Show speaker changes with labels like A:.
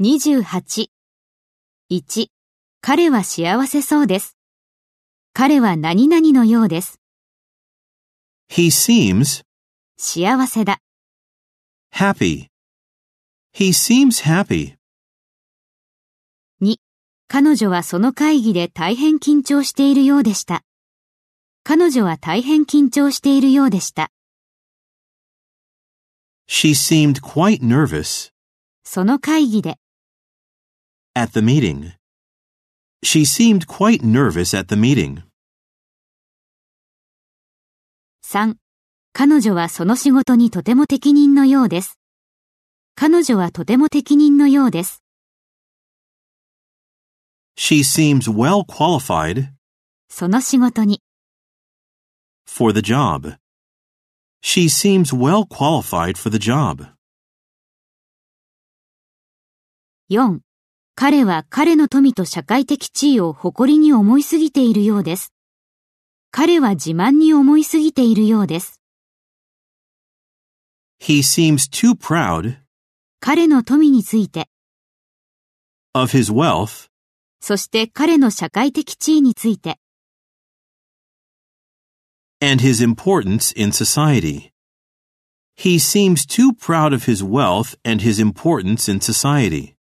A: 28。1. 彼は幸せそうです。彼は何々のようです。
B: He seems
A: 幸せだ。
B: happy. He seems happy.
A: 彼女はその会議で大変緊張しているようでした。彼女は大変緊張しているようでした。
B: She seemed quite nervous
A: その会議で、
B: at the meeting. She seemed quite nervous at the meeting.
A: 3. 彼女はその仕事にとても適任のようです。彼女はとても適任のようです。
B: She seems well qualified
A: その仕事に、
B: for the job. She seems well qualified for the job.
A: 4. 彼は彼の富と社会的地位を誇りに思いすぎているようです。彼は自慢に思いすぎているようです。
B: He seems too proud
A: 彼の富について、
B: of his wealth
A: そして彼の社会的地位について、
B: and his importance in society. He seems too proud of his wealth and his importance in society.